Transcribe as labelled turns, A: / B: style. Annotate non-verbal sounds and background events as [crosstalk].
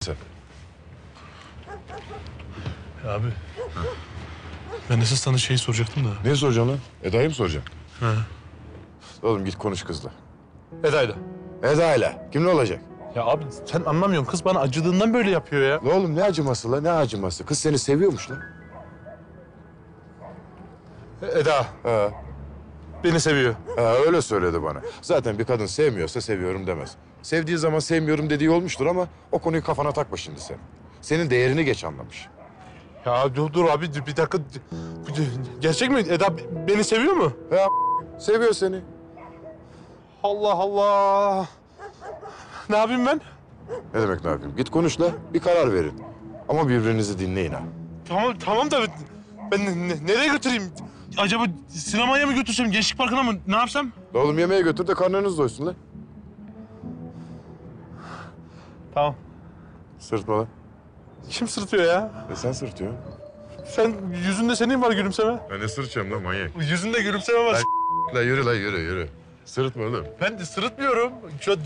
A: sen?
B: Ya abi. Ben de siz sana şeyi soracaktım da.
A: Ne soracaksın lan? Eda'yı mı soracaksın?
B: Ha.
A: Oğlum git konuş kızla.
B: Eda'yla.
A: Eda'yla. Kimle olacak?
B: Ya abi sen anlamıyorsun. Kız bana acıdığından böyle yapıyor ya.
A: Ne oğlum ne acıması la ne acıması? Kız seni seviyormuş lan.
B: Eda
A: Ha,
B: beni seviyor.
A: ha, öyle söyledi bana. Zaten bir kadın sevmiyorsa seviyorum demez. Sevdiği zaman sevmiyorum dediği olmuştur ama o konuyu kafana takma şimdi sen. Senin değerini geç anlamış.
B: Ya dur, dur abi bir dakika. Gerçek mi? Eda beni seviyor mu?
A: Ya seviyor seni.
B: Allah Allah. Ne yapayım ben?
A: Ne demek ne yapayım? Git konuş la bir karar verin. Ama birbirinizi dinleyin ha.
B: Tamam tamam da ben ne- nereye götüreyim? Acaba sinemaya mı götürsem, gençlik parkına mı? Ne yapsam?
A: La oğlum yemeğe götür de karnınız doysun la.
B: Tamam.
A: Sırtma la.
B: Kim sırtıyor ya?
A: E sen sırtıyorsun.
B: Sen yüzünde senin var gülümseme.
A: Ben ne sırtacağım la manyak? [laughs]
B: Yüzünde gülümseme var.
A: La yürü la yürü yürü. Sırtma oğlum.
B: Ben de sırıtmıyorum. Şu an